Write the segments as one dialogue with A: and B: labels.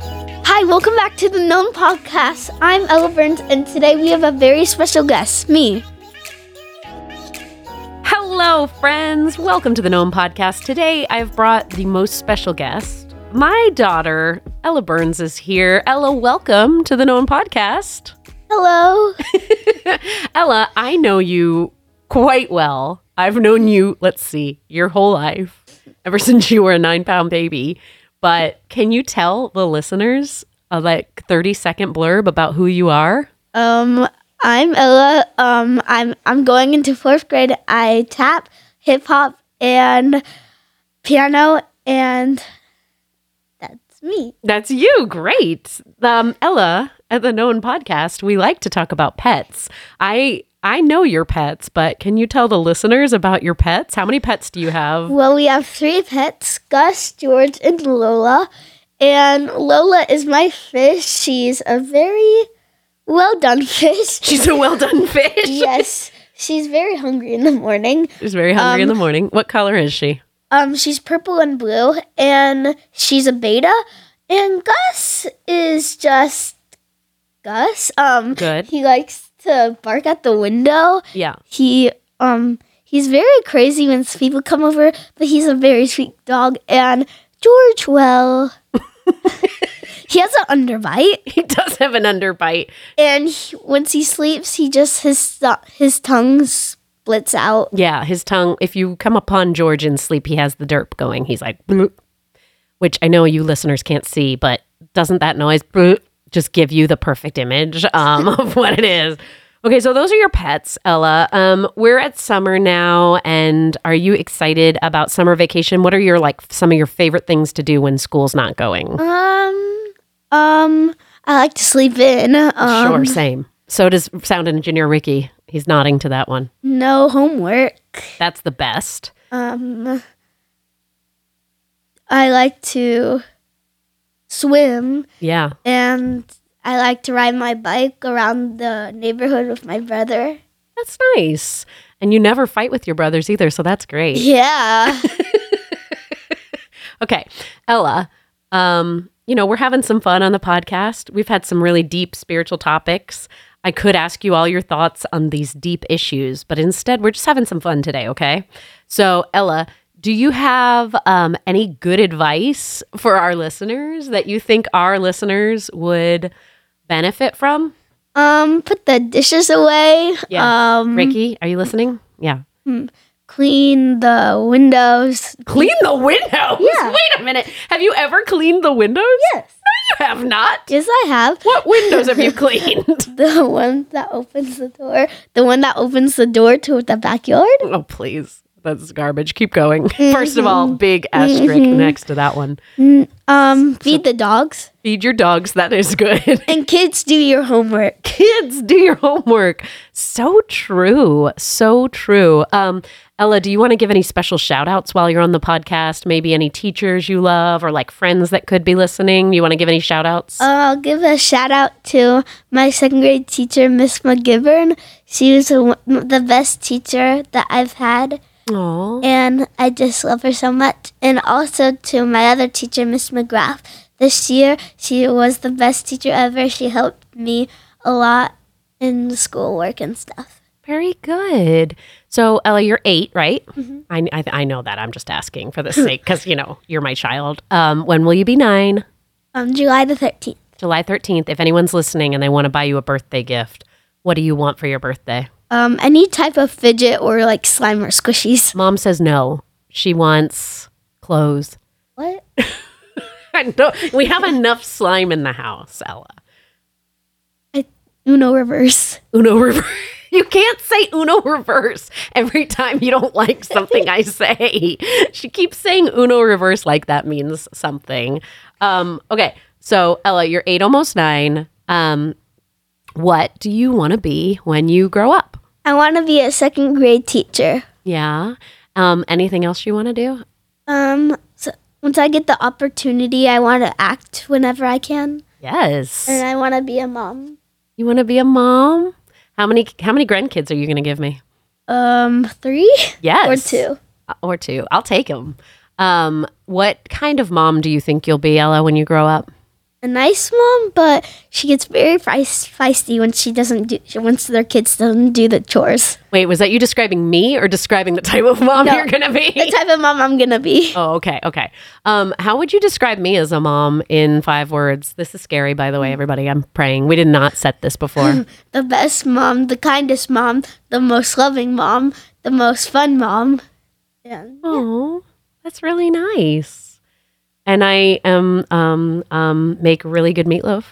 A: Hi, welcome back to the Gnome Podcast. I'm Ella Burns, and today we have a very special guest, me.
B: Hello, friends. Welcome to the Gnome Podcast. Today, I've brought the most special guest. My daughter, Ella Burns, is here. Ella, welcome to the Gnome Podcast.
A: Hello.
B: Ella, I know you quite well. I've known you, let's see, your whole life, ever since you were a nine pound baby. But can you tell the listeners a like 30 second blurb about who you are?
A: Um, I'm Ella. Um, I'm I'm going into fourth grade. I tap, hip hop, and piano, and that's me.
B: That's you. Great. Um, Ella, at the Known Podcast, we like to talk about pets. I I know your pets, but can you tell the listeners about your pets? How many pets do you have?
A: Well, we have three pets: Gus, George, and Lola. And Lola is my fish. She's a very well done fish.
B: She's a well done fish.
A: yes, she's very hungry in the morning.
B: She's very hungry in the morning. What color is she?
A: Um, she's purple and blue, and she's a beta. And Gus is just Gus. Um,
B: Good.
A: He likes to bark at the window.
B: Yeah.
A: He um, he's very crazy when people come over, but he's a very sweet dog. And George, well, he has an underbite,
B: He does have an underbite.
A: and he, once he sleeps, he just his th- his tongue splits out.
B: Yeah, his tongue. If you come upon George in sleep, he has the derp going. He's like, "Bloop," which I know you listeners can't see, but doesn't that noise "bloop" just give you the perfect image um, of what it is? Okay, so those are your pets, Ella. Um, we're at summer now, and are you excited about summer vacation? What are your like some of your favorite things to do when school's not going?
A: Um, um, I like to sleep in. Um,
B: sure, same. So does sound engineer Ricky. He's nodding to that one.
A: No homework.
B: That's the best.
A: Um, I like to swim
B: Yeah.
A: and I like to ride my bike around the neighborhood with my brother.
B: That's nice. And you never fight with your brothers either, so that's great.
A: Yeah.
B: Okay, Ella, um, you know, we're having some fun on the podcast. We've had some really deep spiritual topics. I could ask you all your thoughts on these deep issues, but instead, we're just having some fun today, okay? So, Ella, do you have um, any good advice for our listeners that you think our listeners would benefit from?
A: um, put the dishes away.
B: Yeah.
A: Um,
B: Ricky, are you listening? Yeah.
A: clean the windows.
B: Clean the windows?
A: Yeah.
B: Wait a minute. Have you ever cleaned the windows?
A: Yes.
B: You have not.
A: Yes, I have.
B: What windows have you cleaned?
A: The one that opens the door. The one that opens the door to the backyard.
B: oh, please. That's garbage. Keep going. First of all, big asterisk next to that one.
A: Um, feed the dogs.
B: Feed your dogs. That is good.
A: And kids, do your homework.
B: Kids, do your homework. So true. So true. Um, Ella, do you want to give any special shout outs while you're on the podcast? Maybe any teachers you love or like friends that could be listening? You want to give any shout outs?
A: Uh, I'll give a shout out to my second grade teacher, Miss McGivern. She was the one- the best teacher that I've had, and I just love her so much. And also to my other teacher, Miss McGrath. This year, she was the best teacher ever. She helped me a lot in schoolwork and stuff.
B: Very good. So, Ella, you're eight, right? I, I, I know that. I'm just asking for the sake because, you know, you're my child. Um, when will you be nine?
A: Um, July the thirteenth.
B: July 13th. If anyone's listening and they want to buy you a birthday gift, what do you want for your birthday?
A: Um, any type of fidget or like slime or squishies.
B: Mom says no. She wants clothes.
A: What?
B: I know. We have enough slime in the house, Ella.
A: Uno reverse.
B: Uno reverse. You can't say Uno reverse every time you don't like something I say. She keeps saying Uno reverse like that means something. Um, okay, so Ella, you're eight, almost nine. Um, what do you want to be when you grow up?
A: I want to be a second grade teacher.
B: Yeah. Um, anything else you want to do?
A: Um, so once I get the opportunity, I want to act whenever I can,
B: Yes.
A: and I want to be a mom.
B: You want to be a mom? How many How many grandkids are you going to give me?
A: Um, three or
B: Yes. Uh,
A: two.
B: Or two. I'll take them. Um, what kind of mom do you think you'll be, Ella, when you grow up?
A: a nice mom, but she gets very feist- feisty when she doesn't do when their kids don't do the chores.
B: Wait, was that you describing me or describing the type of mom
A: No.
B: you're gonna be?
A: The type of mom I'm gonna be.
B: Oh, okay, okay. Um, how would you describe me as a mom in five words? This is scary, by the way, everybody. I'm praying. We did not set this before.
A: The best mom, the kindest mom, the most loving mom, the most fun mom. Yeah.
B: oh, that's really nice. And I am um, um, make really good meatloaf.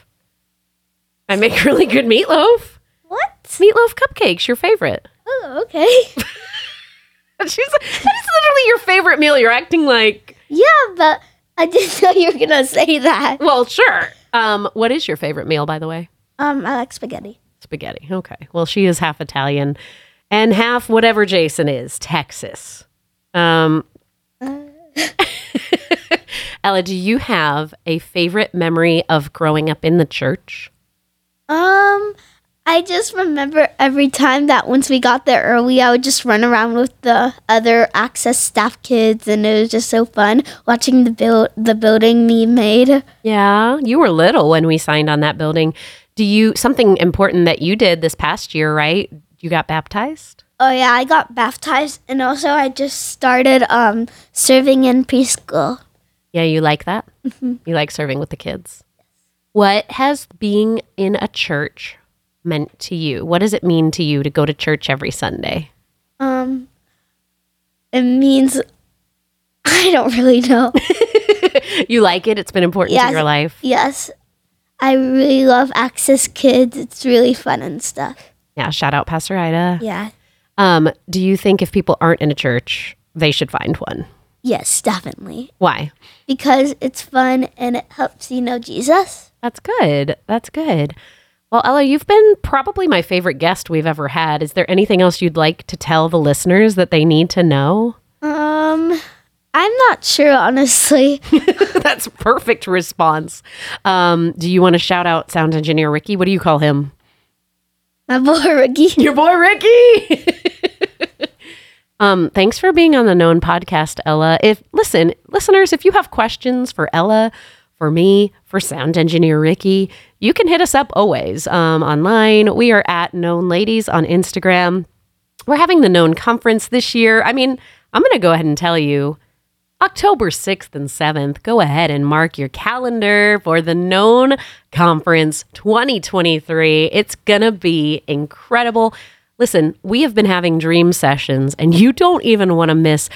B: I make really good meatloaf.
A: What?
B: Meatloaf cupcakes, your favorite.
A: Oh, okay.
B: She's that is literally your favorite meal. You're acting like
A: yeah, but I didn't know you were gonna say that.
B: well, sure. Um, what is your favorite meal, by the way?
A: Um, I like spaghetti.
B: Spaghetti. Okay. Well, she is half Italian and half whatever Jason is, Texas. Um, Ella, do you have a favorite memory of growing up in the church?
A: Um, I just remember every time that once we got there early, I would just run around with the other access staff kids, and it was just so fun watching the build the building we made.
B: Yeah, you were little when we signed on that building. Do you something important that you did this past year, right? You got baptized?
A: Oh yeah, I got baptized, and also I just started um serving in preschool.
B: Yeah, you like that? You like serving with the kids? What has being in a church meant to you? What does it mean to you to go to church every Sunday?
A: Um, it means I don't really know.
B: You like it? It's been important
A: Yes.
B: to your life?
A: yes, I really love access kids. It's really fun and stuff.
B: Yeah, shout out Pastor Ida.
A: Yeah.
B: Um, do you think if people aren't in a church, they should find one?
A: Yes, definitely.
B: Why?
A: because it's fun and it helps you know Jesus.
B: That's good. That's good. Well, Ella, you've been probably my favorite guest we've ever had. Is there anything else you'd like to tell the listeners that they need to know?
A: Um, I'm not sure honestly.
B: That's a perfect response. Um, do you want to shout out sound engineer Ricky? What do you call him?
A: My boy Ricky.
B: Your boy Ricky. um, thanks for being on the Known podcast, Ella. If listen, listeners, if you have questions for Ella, for me, for sound engineer Ricky, you can hit us up always um, online. We are at Known Ladies on Instagram. We're having the Known Conference this year. I mean, I'm going to go ahead and tell you October 6th and 7th, go ahead and mark your calendar for the Known Conference 2023. It's going to be incredible. Listen, we have been having dream sessions, and you don't even want to miss.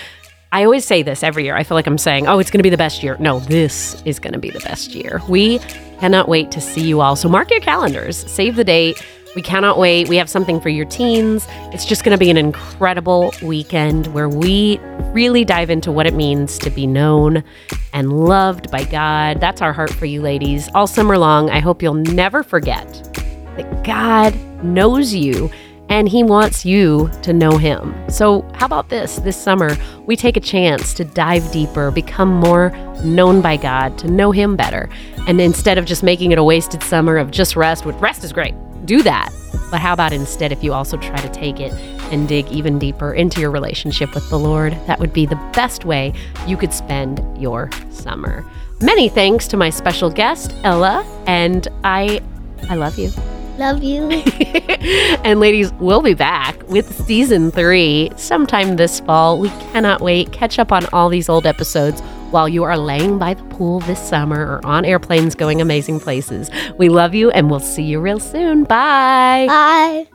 B: I always say this every year. I feel like I'm saying, oh, it's going to be the best year. No, this is going to be the best year. We cannot wait to see you all. So mark your calendars, save the date. We cannot wait. We have something for your teens. It's just going to be an incredible weekend where we really dive into what it means to be known and loved by God. That's our heart for you, ladies. All summer long, I hope you'll never forget that God knows you and He wants you to know Him. So, how about this? This summer, we take a chance to dive deeper, become more known by God, to know Him better. And instead of just making it a wasted summer of just rest, which rest is great, do that. But how about instead if you also try to take it and dig even deeper into your relationship with the Lord? That would be the best way you could spend your summer. Many thanks to my special guest, Ella, and I I love you.
A: Love you.
B: and ladies, we'll be back with season three sometime this fall. We cannot wait. Catch up on all these old episodes while you are laying by the pool this summer or on airplanes going amazing places. We love you and we'll see you real soon. Bye.
A: Bye.